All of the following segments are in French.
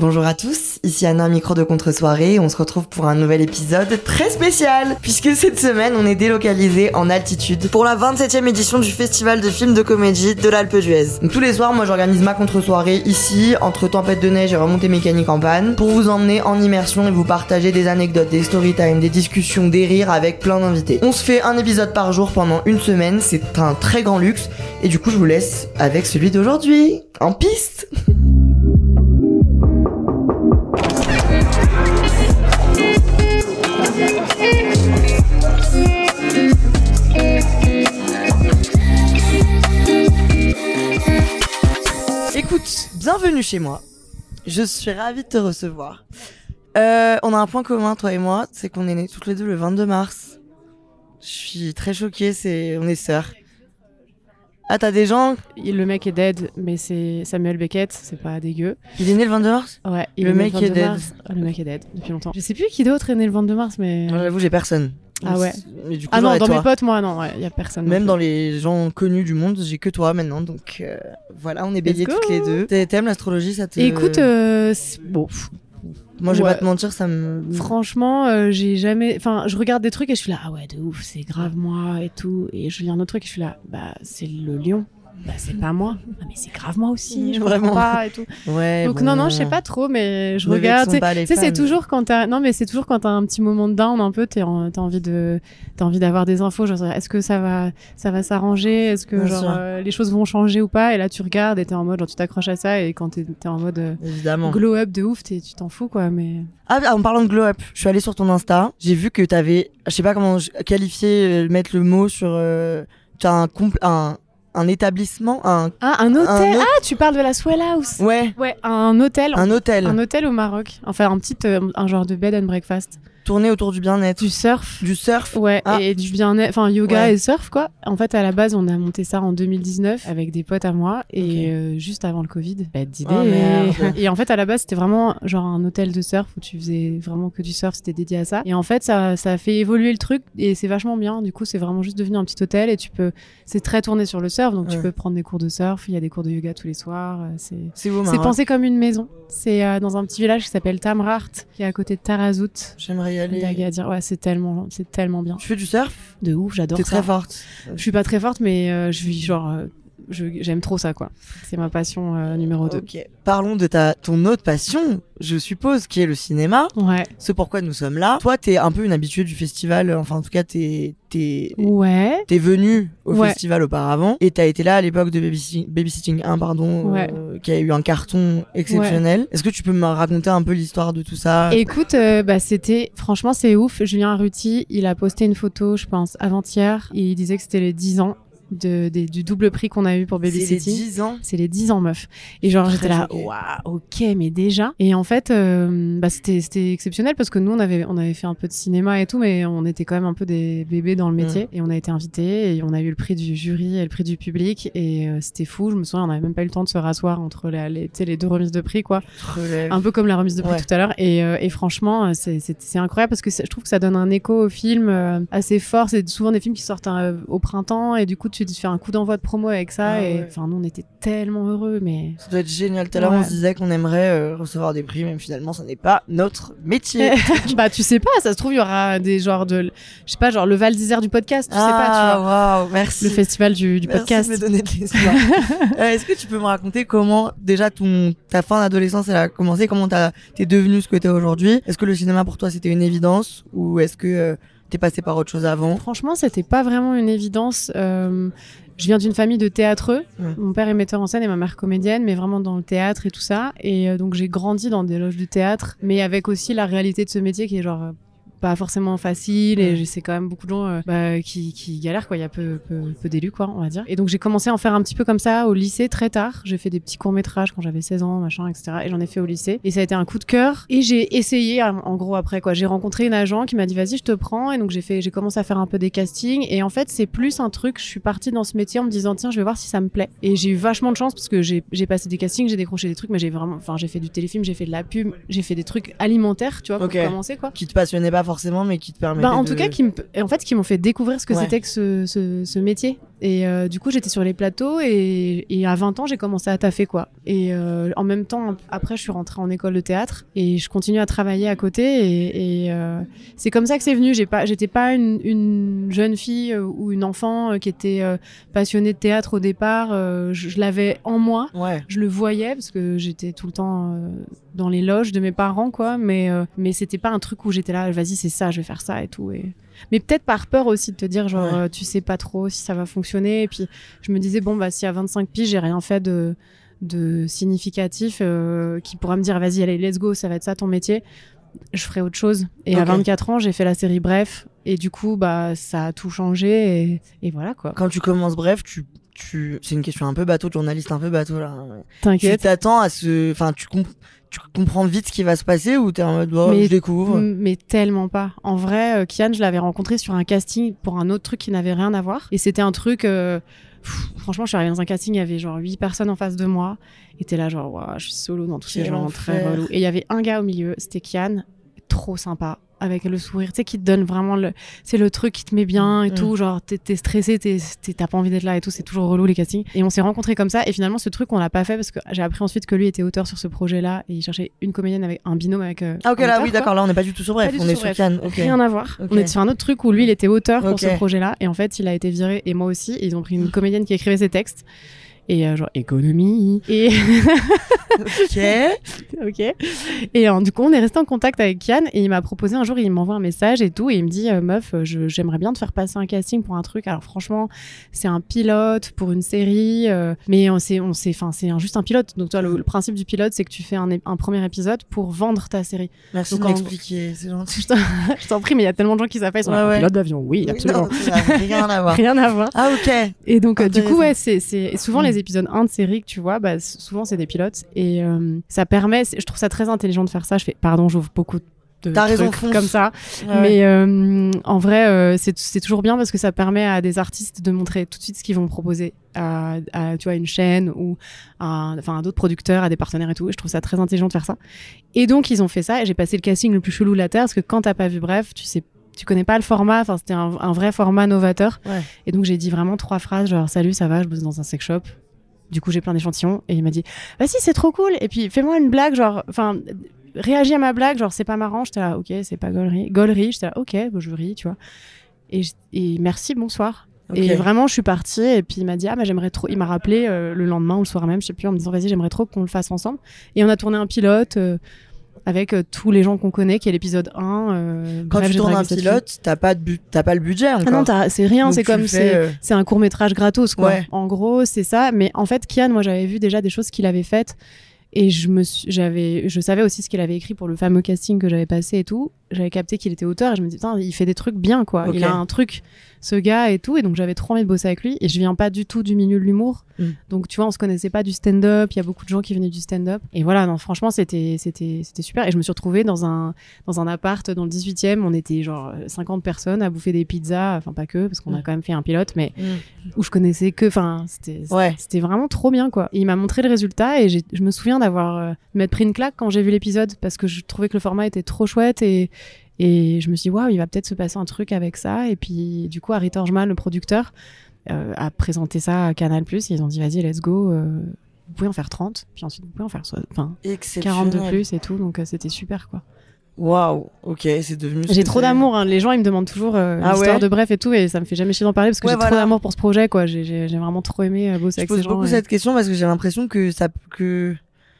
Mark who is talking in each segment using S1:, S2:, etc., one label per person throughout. S1: Bonjour à tous, ici Anna, micro de contre-soirée, on se retrouve pour un nouvel épisode très spécial, puisque cette semaine on est délocalisé en altitude pour la 27e édition du Festival de films de comédie de l'Alpe d'Huez. Donc tous les soirs, moi j'organise ma contre-soirée ici, entre tempête de neige et remontée mécanique en panne, pour vous emmener en immersion et vous partager des anecdotes, des story time, des discussions, des rires avec plein d'invités. On se fait un épisode par jour pendant une semaine, c'est un très grand luxe, et du coup je vous laisse avec celui d'aujourd'hui, en piste Écoute, bienvenue chez moi. Je suis ravie de te recevoir. Euh, on a un point commun, toi et moi, c'est qu'on est nés toutes les deux le 22 mars. Je suis très choquée, c'est... on est sœurs. Ah, t'as des gens
S2: Le mec est dead, mais c'est Samuel Beckett, c'est pas dégueu.
S1: Il est né le 22 mars
S2: Ouais, il
S1: Le
S2: est né
S1: mec est
S2: 22
S1: dead.
S2: mars. Ah, le mec est dead depuis longtemps. Je sais plus qui d'autre est né le 22 mars, mais.
S1: Moi, J'avoue, j'ai personne.
S2: Ah ouais.
S1: Mais du coup,
S2: ah
S1: j'en
S2: non,
S1: ai
S2: dans
S1: toi.
S2: mes potes, moi, non, ouais, y a personne.
S1: Même dans les gens connus du monde, j'ai que toi maintenant, donc euh, voilà, on est béliers
S2: go.
S1: toutes les deux. T'es- T'aimes l'astrologie, ça te...
S2: Écoute, euh, c'est- bon, pff,
S1: Moi, je vais
S2: ouais.
S1: pas te mentir, ça me...
S2: franchement, euh, j'ai jamais. Enfin, je regarde des trucs et je suis là, ah ouais, de ouf, c'est grave moi et tout. Et je lis un autre truc et je suis là, bah, c'est le lion. Bah, c'est pas moi. Ah, mais c'est grave moi aussi, je
S1: Vraiment.
S2: comprends pas et tout.
S1: Ouais,
S2: Donc,
S1: bon.
S2: non, non, je sais pas trop, mais je
S1: Ne
S2: regarde.
S1: vexons
S2: tu sais,
S1: pas les
S2: Tu sais, c'est
S1: femmes.
S2: toujours quand t'as, non, mais c'est toujours quand t'as un petit moment de down un peu, t'es en- t'as envie de, t'as envie d'avoir des infos, genre, est-ce que ça va, ça va s'arranger, est-ce que,
S1: Bien
S2: genre,
S1: sûr.
S2: euh, les choses vont changer ou pas, et là, tu regardes et t'es en mode, genre, tu t'accroches à ça, et quand t'es, t'es en mode, euh,
S1: Évidemment.
S2: glow up de ouf, t'es- tu t'en fous, quoi, mais.
S1: Ah, en parlant de glow up, je suis allée sur ton Insta, j'ai vu que t'avais, je sais pas comment je- qualifier, euh, mettre le mot sur, euh, t'as un, compl- un, un établissement, un,
S2: Ah, un hôtel!
S1: un hôte-
S2: Ah, tu parles de la Swell House!
S1: ouais,
S2: Ouais, un hôtel.
S1: un hôtel,
S2: Un hôtel au Maroc. Enfin, un petit, euh, un genre de bed and breakfast.
S1: tourné autour du bien-être,
S2: Du surf.
S1: du surf.
S2: Ouais,
S1: Ah.
S2: et du bien-être, enfin yoga
S1: Ouais.
S2: et surf quoi. En fait, à la base, on a monté ça en 2019 avec des potes à moi et
S1: Ok.
S2: euh, juste avant le Covid. Bête d'idée.
S1: Oh, merde.
S2: et en fait, à la base, c'était vraiment genre un hôtel de surf où tu faisais vraiment que du surf, c'était dédié à ça. Et en fait, ça, ça a fait évoluer le truc et c'est vachement bien. Du coup, c'est vraiment juste devenu un petit hôtel et tu peux, c'est très tourné sur le surf, donc tu
S1: Ouais. Oh,
S2: peux prendre des cours de surf. Il y a des cours de yoga tous les soirs. euh, C'est
S1: C'est beau,
S2: c'est
S1: Maroc.
S2: pensé comme une maison. C'est euh, dans un petit village qui s'appelle Tamrart, qui est à côté de Tarazout.
S1: J'aimerais y aller.
S2: d'Agadir. Ouais, c'est tellement, c'est tellement bien.
S1: Tu fais du surf?
S2: De ouf, j'adore
S1: T'es
S2: ça.
S1: très forte.
S2: Je suis pas très forte, mais euh, je suis genre, euh, je- j'aime trop ça, quoi. C'est ma passion euh, numéro 2.
S1: Ok. Parlons de ta, ton autre passion, je suppose, qui est le cinéma.
S2: Ouais.
S1: C'est pourquoi nous sommes là. Toi, t'es un peu une habituée du festival, euh, enfin, en tout cas, t'es, t'es,
S2: Ouais.
S1: T'es venu au
S2: Ouais.
S1: festival auparavant et t'as été là à l'époque de Babysitting, Babysitting 1, pardon, euh, qui a eu un carton exceptionnel. Est-ce que tu peux me raconter un peu l'histoire de tout ça
S2: Écoute, euh, bah, c'était, franchement, c'est ouf. Julien Arruti, il a posté une photo, je pense, avant-hier, et il disait que c'était les 10 ans de, des- du double prix qu'on a eu pour
S1: C'est les
S2: Babysitting.
S1: 10 ans.
S2: C'est les 10 ans, meuf. Et genre,
S1: Très
S2: j'étais là,
S1: choquée.
S2: waouh, ok, mais déjà. Et en fait, euh, bah, c'était c'était exceptionnel parce que nous, on avait, on avait fait un peu de cinéma et tout, mais on était quand même un peu des bébés dans le métier. Et on a été invités et on a eu le prix du jury et le prix du public. Et euh, c'était fou. Je me souviens, on n'avait même pas eu le temps de se rasseoir entre la- les, tu sais, les deux remises de prix, quoi.
S1: Relève.
S2: Un peu comme la remise de prix
S1: Ouais.
S2: tout à l'heure. Et, euh, et franchement, euh, c'est- c'est c'est incroyable parce que c'est- je trouve que ça donne un écho au film euh, assez fort. C'est souvent des films qui sortent euh, au printemps et du coup, tu te fais un coup d'envoi de promo avec ça.
S1: Ah
S2: et
S1: ouais.
S2: enfin, nous, on était tellement heureux, mais.
S1: Ça doit être génial. Tout à l'heure,
S2: Ouais.
S1: on se disait qu'on aimerait euh, recevoir des prix, même finalement, ça n'est pas notre métier.
S2: bah, tu sais pas, ça se trouve, il y aura des genres de. Je sais pas, genre le Val d'Isère du podcast, tu sais pas, tu vois.
S1: Ah, waouh, merci.
S2: Le festival du, du
S1: Merci
S2: podcast.
S1: de me donner de l'espoir. Euh, Est-ce que tu peux me raconter comment déjà ton ta fin d'adolescence elle a commencé, comment t'as- t'es devenu ce que t'es aujourd'hui Est-ce que le cinéma pour toi c'était une évidence ou est-ce que euh, t'es passé par autre chose avant
S2: Franchement, c'était pas vraiment une évidence. Euh, je viens d'une famille de théâtreux.
S1: Ouais.
S2: Mon père est metteur en scène et ma mère comédienne, mais vraiment dans le théâtre et tout ça. Et euh, donc j'ai grandi dans des loges de théâtre, mais avec aussi la réalité de ce métier qui est genre euh, pas forcément facile et je sais quand même beaucoup de gens euh, bah, qui, qui galèrent quoi il y a peu peu, peu d'élus quoi on va dire et donc j'ai commencé à en faire un petit peu comme ça au lycée très tard j'ai fait des petits courts métrages quand j'avais 16 ans machin etc et j'en ai fait au lycée et ça a été un coup de cœur et j'ai essayé en en gros après quoi j'ai rencontré une agent qui m'a dit vas-y je te prends et donc j'ai fait j'ai commencé à faire un peu des castings et en fait c'est plus un truc je suis partie dans ce métier en me disant tiens je vais voir si ça me plaît et j'ai eu vachement de chance parce que j'ai j'ai passé des castings j'ai décroché des trucs mais j'ai vraiment enfin j'ai fait du téléfilm j'ai fait de la pub j'ai fait des trucs alimentaires tu vois pour
S1: Ok.
S2: commencer quoi
S1: Qui te passionnait pas forcément, mais qui te permettait.
S2: bah, en
S1: de-
S2: tout cas, qui me, et en fait, qui m'ont fait découvrir ce que
S1: Ouais.
S2: c'était que ce, ce- ce métier. Et euh, du coup, j'étais sur les plateaux et, et à 20 ans, j'ai commencé à taffer quoi. Et euh, en même temps, après, je suis rentrée en école de théâtre et je continue à travailler à côté. Et, et, euh, c'est comme ça que c'est venu. J'ai pas, j'étais pas une, une jeune fille euh, ou une enfant euh, qui était euh, passionnée de théâtre au départ. Euh, je- je l'avais en moi
S1: Ouais.
S2: je le voyais parce que j'étais tout le temps euh, dans les loges de mes parents quoi mais euh, mais c'était pas un truc où j'étais là vas-y c'est ça je vais faire ça et tout et mais peut-être par peur aussi de te dire genre
S1: Ouais.
S2: euh, tu sais pas trop si ça va fonctionner et puis je me disais bon bah si à 25 piges j'ai rien fait de de significatif euh, qui pourra me dire vas-y allez let's go ça va être ça ton métier je ferai autre chose et à
S1: Ok.
S2: 24 ans j'ai fait la série bref et du coup bah ça a tout changé et, et voilà quoi
S1: Quand tu commences, bref, tu. tu... C'est une question un peu bateau, de journaliste un peu bateau là. Tu
S2: t'inquiète
S1: t'attends à ce. Enfin, tu, comp- tu comprends vite ce qui va se passer ou t'es en mode, oh,
S2: Mais- Mm.
S1: je découvre.
S2: M- Mais tellement pas. En vrai, euh, Kian, je l'avais rencontré sur un casting pour un autre truc qui n'avait rien à voir. Et c'était un truc. euh, pff, franchement, je suis arrivée dans un casting, il y avait genre huit personnes en face de moi. Et t'es là, genre, Ouah, je suis solo dans tous ces
S1: Quel
S2: gens, très
S1: enfer.
S2: relou. Et il y avait un gars au milieu, c'était Kian, trop sympa. Avec le sourire, tu sais, qui te donne vraiment le. C'est le truc qui te met bien et
S1: Mm.
S2: tout. Genre, t'es t'es stressé, t'es- t'es- t'as pas envie d'être là et tout. C'est toujours relou les castings. Et on s'est rencontrés comme ça. Et finalement, ce truc, on l'a pas fait parce que j'ai appris ensuite que lui était auteur sur ce projet-là. Et il cherchait une comédienne avec un binôme avec. euh,
S1: Ah, ok,
S2: un
S1: là,
S2: auteur,
S1: oui,
S2: quoi.
S1: d'accord, là, on n'est pas du tout sur bref,
S2: Pas du
S1: on
S2: tout
S1: est sur
S2: sur Bref.
S1: Cannes. Ok.
S2: Rien à voir.
S1: Ok.
S2: On était sur un autre truc où lui, il était auteur pour
S1: Ok.
S2: ce projet-là. Et en fait, il a été viré. Et moi aussi. Et ils ont pris une comédienne qui écrivait ses textes. Et euh, genre, économie. Et,
S1: Ok.
S2: ok. Et euh, du coup, on est resté en contact avec Kian. Et il m'a proposé un jour, il m'envoie un message et tout. Et il me dit, euh, meuf, euh, je- j'aimerais bien te faire passer un casting pour un truc. Alors, franchement, c'est un pilote pour une série. euh, mais on s'est, on s'est, enfin, c'est un- juste un pilote. Donc, toi, le, le principe du pilote, c'est que tu fais un, é- un premier épisode pour vendre ta série.
S1: Merci
S2: Donc,
S1: de
S2: en-
S1: m'expliquer, c'est gentil.
S2: Je t'en- je t'en prie, mais il y a tellement de gens qui s'appellent. ils sont
S1: Ouais,
S2: là, un
S1: ouais.
S2: Pilote d'avion, oui,
S1: Oui,
S2: absolument.
S1: non, ça n'a rien à voir.
S2: Rien à voir.
S1: Ah, ok.
S2: Et donc, euh, du coup,
S1: Intéressant.
S2: ouais, c'est, c'est et souvent
S1: Mm.
S2: les épisodes 1 de série que tu vois, bah, s- souvent c'est des pilotes. Et euh, ça permet, c'est- je trouve ça très intelligent de faire ça. Je fais, pardon, j'ouvre beaucoup de
S1: T'as raison,
S2: trucs
S1: fonce.
S2: comme ça.
S1: Ouais.
S2: Mais euh, en vrai, euh, c'est, c'est toujours bien parce que ça permet à des artistes de montrer tout de suite ce qu'ils vont proposer à, à, tu vois, une chaîne ou à, enfin, à d'autres producteurs, à des partenaires et tout. Et je trouve ça très intelligent de faire ça. Et donc, ils ont fait ça. Et j'ai passé le casting le plus chelou de la Terre parce que quand t'as pas vu Bref, tu sais tu connais pas le format, enfin c'était un, un vrai format novateur.
S1: Ouais.
S2: Et donc j'ai dit vraiment trois phrases genre salut ça va, je bosse dans un sex shop. Du coup j'ai plein d'échantillons et il m'a dit bah si c'est trop cool et puis fais-moi une blague genre enfin réagis à ma blague genre c'est pas marrant j'étais là ok c'est pas gaulerie gaulerie j'étais là ok bon, je ris tu vois et, j- et merci bonsoir
S1: Ok.
S2: et vraiment, je suis partie et puis il m'a dit ah bah j'aimerais trop. Il m'a rappelé euh, le lendemain ou le soir même, je sais plus, en me disant vas-y j'aimerais trop qu'on le fasse ensemble. Et on a tourné un pilote euh, avec euh, tous les gens qu'on connaît, qui est l'épisode 1. euh,
S1: Quand
S2: Bref,
S1: tu
S2: j'ai
S1: tournes
S2: dragué
S1: un
S2: cette
S1: pilote, t'as pas, de bu- t'as pas le budget
S2: fille.
S1: encore.
S2: Ah non t'as- c'est rien,
S1: Donc
S2: c'est
S1: tu le
S2: comme
S1: fais,
S2: c'est
S1: euh,
S2: c'est un court métrage gratos quoi.
S1: Ouais.
S2: En gros c'est ça. Mais en fait Kian, moi j'avais vu déjà des choses qu'il avait faites et je me suis- j'avais je savais aussi ce qu'il avait écrit pour le fameux casting que j'avais passé et tout. J'avais capté qu'il était auteur et je me dis putain il fait des trucs bien quoi.
S1: Ok.
S2: Il a un truc ce gars et tout et donc j'avais trop envie de bosser avec lui et je viens pas du tout du milieu de l'humour.
S1: Mm.
S2: Donc tu vois on se connaissait pas du stand-up. Il y a beaucoup de gens qui venaient du stand-up et voilà non franchement c'était c'était c'était super et je me suis retrouvée dans un dans un appart dans le 18e. On était genre 50 personnes à bouffer des pizzas enfin pas que parce qu'on a
S1: Mm.
S2: quand même fait un pilote mais
S1: Mm.
S2: où je connaissais que enfin c'était
S1: Ouais.
S2: c'était vraiment trop bien quoi. Et il m'a montré le résultat et j'ai- je me souviens d'avoir euh, m'être pris une claque quand j'ai vu l'épisode parce que je trouvais que le format était trop chouette et et je me suis dit waouh il va peut-être se passer un truc avec ça et puis du coup Harry Torgman le producteur euh, a présenté ça à Canal Plus ils ont dit vas-y let's go euh, vous pouvez en faire 30 puis ensuite vous pouvez en faire so- enfin 40 de
S1: Exceptionnel.
S2: plus et tout donc euh, c'était super quoi.
S1: Waouh, ok, c'est devenu. ce
S2: J'ai
S1: que
S2: trop
S1: c'est.
S2: d'amour, hein. les gens ils me demandent toujours euh,
S1: Ah
S2: l'histoire
S1: ouais
S2: de bref et tout, et ça me fait jamais chier d'en parler parce que
S1: Ouais,
S2: j'ai trop
S1: voilà.
S2: d'amour pour ce projet, quoi. J'ai- J'ai j'ai vraiment trop aimé euh, bosser
S1: Je
S2: avec ces
S1: pose
S2: gens.
S1: beaucoup
S2: ouais.
S1: cette question parce que j'ai l'impression que ça. que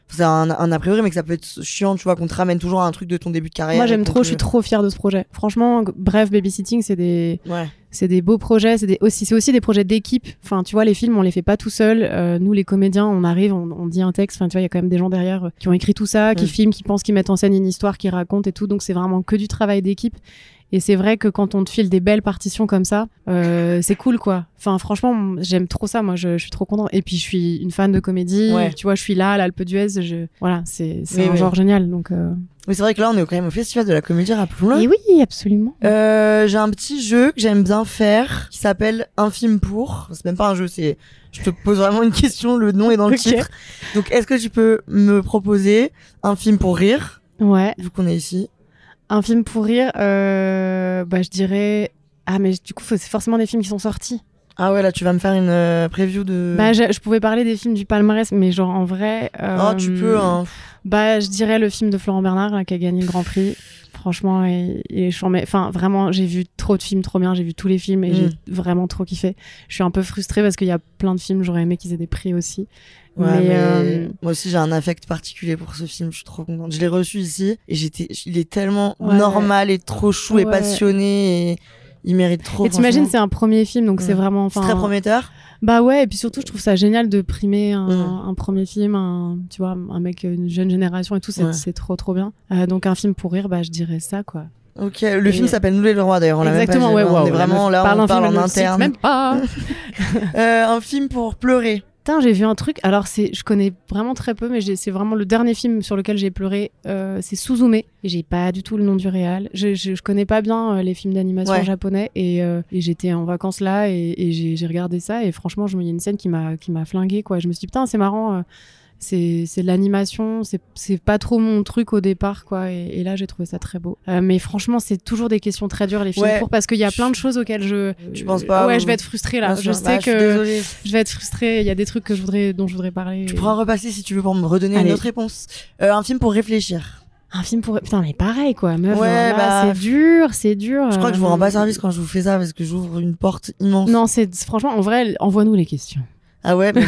S1: C'est un, un a priori, mais que ça peut être chiant, tu vois, qu'on te ramène toujours à un truc de ton début de carrière.
S2: Moi
S1: et
S2: j'aime
S1: qu'on
S2: trop,
S1: te-
S2: je suis trop fière de ce projet. Franchement, g- bref, babysitting, c'est des,
S1: Ouais.
S2: c'est des beaux projets, c'est des- aussi, c'est aussi des projets d'équipe. Enfin, tu vois, les films, on les fait pas tout seul. Euh, nous, les comédiens, on arrive, on, on dit un texte. Enfin, tu vois, il y a quand même des gens derrière euh, qui ont écrit tout ça, qui
S1: Mm.
S2: filment, qui pensent, qui mettent en scène une histoire, qui racontent et tout. Donc, c'est vraiment que du travail d'équipe. Et c'est vrai que quand on te file des belles partitions comme ça, euh, c'est cool, quoi. Enfin, franchement, m- j'aime trop ça. Moi, je, je suis trop contente. Et puis, je suis une fan de comédie.
S1: Ouais.
S2: Tu vois, je suis là, l'Alpe d'Huez. Je... Voilà, c'est c'est
S1: Oui,
S2: un
S1: oui.
S2: genre génial. Donc, euh,
S1: Mais c'est vrai que là, on est quand même au festival de la comédie, rappelons-le.
S2: Et oui, absolument.
S1: Euh, j'ai un petit jeu que j'aime bien faire qui s'appelle Un film pour. C'est même pas un jeu, c'est. Je te pose vraiment une question, le nom est dans le
S2: Ok.
S1: titre. Donc, est-ce que tu peux me proposer un film pour rire,
S2: Ouais.
S1: vu qu'on est ici
S2: Un film pour rire, euh, bah, je dirais. Ah, mais du coup, faut- c'est forcément des films qui sont sortis.
S1: Ah ouais, là, tu vas me faire une euh, preview de.
S2: Bah, je, je pouvais parler des films du palmarès, mais genre en vrai. euh,
S1: oh, tu peux, hein.
S2: Bah, je dirais le film de Florent Bernard là, qui a gagné le Grand Prix. Franchement, il, il est chambé. Enfin, vraiment, j'ai vu trop de films, trop bien. J'ai vu tous les films et
S1: Mm.
S2: j'ai vraiment trop kiffé. Je suis un peu frustrée parce qu'il y a plein de films, j'aurais aimé qu'ils aient des prix aussi.
S1: Ouais, mais
S2: euh,
S1: moi aussi j'ai un affect particulier pour ce film, je suis trop contente. Je l'ai reçu ici et j'étais il est tellement
S2: Ouais.
S1: normal et trop chou et
S2: Ouais.
S1: passionné et il mérite trop.
S2: et t'imagines,
S1: Oh, franchement.
S2: c'est un premier film, donc c'est
S1: Mm.
S2: vraiment.
S1: c'est
S2: enfin,
S1: très prometteur.
S2: Bah ouais, et puis surtout, je trouve ça génial de primer un,
S1: Mm.
S2: un premier film, un, tu vois, un mec, une jeune génération et tout, c'est
S1: Ouais.
S2: c'est trop trop bien. Euh, donc un film pour rire, bah je dirais ça quoi.
S1: OK, le
S2: Et-
S1: film s'appelle Nous les Leroy d'ailleurs, on l'a même pas
S2: Exactement,
S1: dit,
S2: ouais,
S1: on
S2: waouh,
S1: est
S2: la
S1: vraiment
S2: meuf
S1: là on
S2: un
S1: parle
S2: film, elle
S1: en
S2: nous le cite
S1: interne.
S2: même pas.
S1: Euh, un film pour pleurer.
S2: Putain, j'ai vu un truc, alors c'est, je connais vraiment très peu, mais j'ai- c'est vraiment le dernier film sur lequel j'ai pleuré, euh, c'est Suzume. Et J'ai pas du tout le nom du réal. Je, je, je connais pas bien euh, les films d'animation
S1: Ouais.
S2: japonais et, euh, et j'étais en vacances là et, et j'ai j'ai regardé ça et franchement, je me- il y a une scène qui m'a qui m'a flingué quoi. Je me suis dit putain, c'est marrant. euh, c'est c'est de l'animation, c'est c'est pas trop mon truc au départ quoi. Et, et là j'ai trouvé ça très beau. Euh, mais franchement c'est toujours des questions très dures les films
S1: Ouais.
S2: pour parce qu'il y a plein de choses auxquelles je
S1: Tu penses pas
S2: ouais
S1: ou-
S2: je vais être frustrée là.
S1: Bien
S2: Je
S1: sûr.
S2: sais
S1: Bah, suis
S2: que
S1: désolée.
S2: je vais être frustrée. Il y a des trucs que je voudrais dont je voudrais parler.
S1: tu
S2: Et-
S1: pourras repasser si tu veux pour me redonner
S2: Allez.
S1: une autre réponse. Euh, un film pour réfléchir.
S2: Un film pour putain mais pareil quoi meuf.
S1: Ouais,
S2: alors là,
S1: bah,
S2: c'est dur c'est dur.
S1: Je crois que je vous rends
S2: euh,
S1: pas service quand je vous fais ça parce que j'ouvre une porte immense.
S2: Non c'est franchement en vrai envoie-nous les questions.
S1: Ah ouais, mais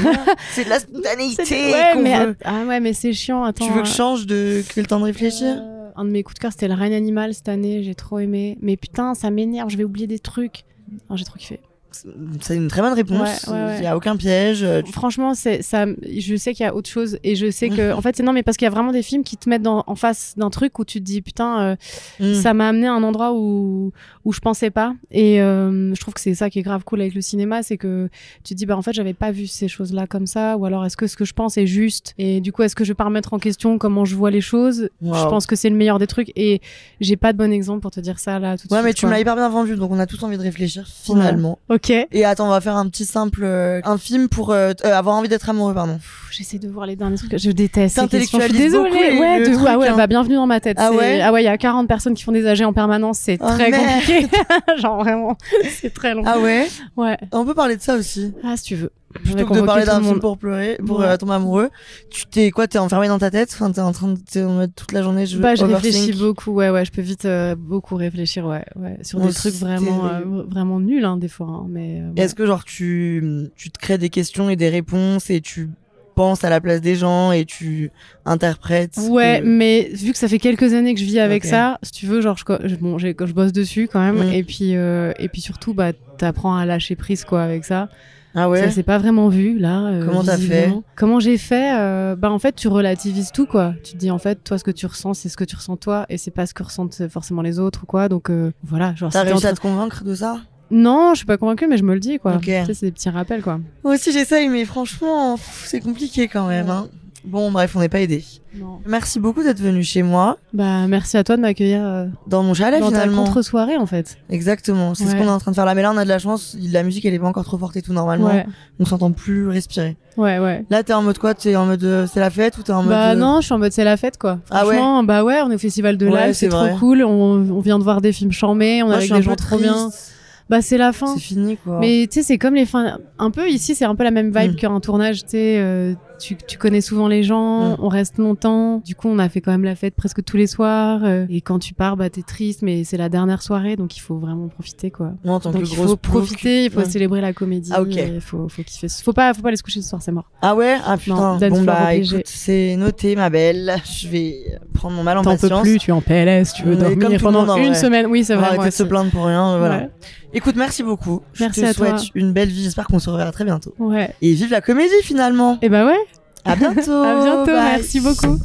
S1: c'est de la spontanéité.
S2: ouais
S1: qu'on
S2: mais
S1: veut.
S2: ah ouais mais c'est chiant attends.
S1: Tu veux que
S2: euh,
S1: je change de que le temps de réfléchir
S2: Euh, Un de mes coups de cœur, c'était le règne animal cette année, j'ai trop aimé. Mais putain, ça m'énerve, je vais oublier des trucs. Ah, j'ai trop kiffé.
S1: C'est une très bonne réponse.
S2: Ouais, ouais, ouais.
S1: Il y a aucun piège. euh, tu-
S2: Franchement, c'est ça. Je sais qu'il y a autre chose et je sais que, en fait, c'est non, mais parce qu'il y a vraiment des films qui te mettent dans- en face d'un truc où tu te dis putain, euh,
S1: Mm.
S2: ça m'a amené à un endroit où où je pensais pas. Et euh, je trouve que c'est ça qui est grave cool avec le cinéma, c'est que tu te dis bah en fait j'avais pas vu ces choses là comme ça, ou alors est-ce que ce que je pense est juste Et du coup, est-ce que je vais pas remettre en question comment je vois les choses Je
S1: Wow.
S2: pense que c'est le meilleur des trucs et j'ai pas de bon exemple pour te dire ça là tout de
S1: Ouais,
S2: suite.
S1: mais tu
S2: quoi.
S1: me l'as hyper bien vendu, donc on a tous envie de réfléchir finalement.
S2: Ok.
S1: Et attends, on va faire un petit simple, euh, un film pour euh, t- euh, avoir envie d'être amoureux, pardon.
S2: Pff, J'essaie de voir les derniers trucs. Je déteste. ces questions. Je suis
S1: T'intellectualises
S2: désolée.
S1: beaucoup les-
S2: ouais,
S1: le
S2: de-
S1: truc,
S2: ah ouais,
S1: hein.
S2: bah, bienvenue dans ma tête.
S1: Ah
S2: C'est-
S1: ouais
S2: Ah ouais, il y a 40 personnes qui font des AG en permanence. C'est
S1: Oh,
S2: très
S1: merde.
S2: compliqué. Genre vraiment, c'est très long.
S1: Ah ouais
S2: Ouais.
S1: On peut parler de ça aussi.
S2: Ah si tu veux. Je vais
S1: Plutôt que de
S2: convoquer
S1: parler
S2: tout le
S1: d'un film
S2: monde.
S1: pour pleurer, pour
S2: Ouais.
S1: euh, tomber amoureux, tu t'es quoi T'es enfermé dans ta tête Enfin, t'es en train de t'es en mode toute la journée. Je
S2: Bah, je
S1: overthink.
S2: réfléchis beaucoup, ouais, ouais, je peux vite euh, beaucoup réfléchir, ouais, ouais, sur
S1: Moi
S2: des trucs
S1: aussi,
S2: vraiment,
S1: c'est-
S2: euh, vraiment nuls, hein, des fois, hein, mais. euh,
S1: Et Est-ce que genre tu tu te crées des questions et des réponses et tu penses à la place des gens et tu interprètes ce
S2: Ouais,
S1: que-
S2: mais vu que ça fait quelques années que je vis avec
S1: Ok.
S2: ça, si tu veux, genre, je, co- je- bon, j'ai- je bosse dessus quand même,
S1: Mm.
S2: et puis, euh, et puis surtout, bah, t'apprends à lâcher prise, quoi, avec ça.
S1: Ah ouais.
S2: Ça s'est pas vraiment vu, là. euh,
S1: Comment t'as
S2: visiblement. Comment j'ai fait euh, Bah, en fait, tu relativises tout, quoi. Tu te dis, en fait, toi, ce que tu ressens, c'est ce que tu ressens toi, et c'est pas ce que ressentent forcément les autres, quoi. Donc, euh, voilà, genre,
S1: T'as
S2: si t'es en
S1: réussi à
S2: train-
S1: te convaincre de ça
S2: Non, je suis pas convaincue, mais je me le dis, quoi.
S1: Ok.
S2: Tu sais, c'est des petits rappels, quoi.
S1: Moi aussi j'essaye, mais franchement, pff, c'est compliqué quand même. Hein. Bon, bref, on n'est pas aidé. Merci beaucoup d'être venu chez moi,
S2: Bah, merci à toi de m'accueillir euh,
S1: dans mon chalet
S2: dans
S1: finalement.
S2: ta contre-soirée, en fait.
S1: Exactement, c'est ce
S2: Ouais.
S1: qu'on est en train de faire là. Mais là, on a de la chance, la musique elle est pas encore trop forte et tout normalement.
S2: Ouais,
S1: On s'entend plus respirer.
S2: ouais, ouais.
S1: Là, t'es en mode quoi T'es en mode euh, c'est la fête ou t'es en mode
S2: Bah
S1: euh,
S2: non, je suis en mode c'est la fête quoi.
S1: Ah ouais
S2: Franchement, bah ouais, on est au festival de
S1: Ouais,
S2: l'Alpe,
S1: c'est
S2: c'est trop
S1: vrai.
S2: cool. On, on vient de voir des films charmés, on est
S1: Moi, je
S2: avec
S1: suis un
S2: des
S1: peu
S2: gens trop bien.
S1: triste.
S2: Bah c'est la fin.
S1: C'est fini quoi.
S2: Mais tu sais, c'est comme les fins. Un peu ici, c'est un peu la même vibe
S1: Mm.
S2: qu'un tournage. Tu sais, euh, tu, tu connais souvent les gens,
S1: Mm.
S2: on reste longtemps. Du coup, on a fait quand même la fête presque tous les soirs. euh, et quand tu pars, bah, t'es triste, mais c'est la dernière soirée, donc il faut vraiment profiter, quoi.
S1: Moi, en tant
S2: Donc
S1: que
S2: il
S1: grosse
S2: faut
S1: plouc-
S2: profiter, il faut
S1: Ouais.
S2: célébrer la comédie.
S1: Ah, ok.
S2: et Il faut, faut kiffer. Faut pas, faut pas aller se coucher ce soir, c'est mort.
S1: Ah ouais Ah putain.
S2: Non, Dan
S1: bon
S2: Fleur
S1: bah
S2: obligé.
S1: écoute, c'est noté ma belle. Je vais prendre mon mal en
S2: T'en peux
S1: patience.
S2: plus, tu es en PLS, tu veux
S1: Mais comme tout le
S2: dormir pendant
S1: monde, en
S2: une
S1: vrai.
S2: semaine. Oui, c'est
S1: On va
S2: vrai.
S1: arrêter
S2: moi
S1: de se
S2: aussi.
S1: plaindre pour rien. euh, Voilà.
S2: Ouais.
S1: Écoute, merci beaucoup. Je
S2: Merci
S1: te
S2: à toi.
S1: souhaite une belle vie. J'espère qu'on se reverra très bientôt.
S2: Ouais.
S1: Et vive la comédie finalement.
S2: Et bah ouais.
S1: À bientôt.
S2: À bientôt.
S1: Oh, Bye.
S2: Merci beaucoup.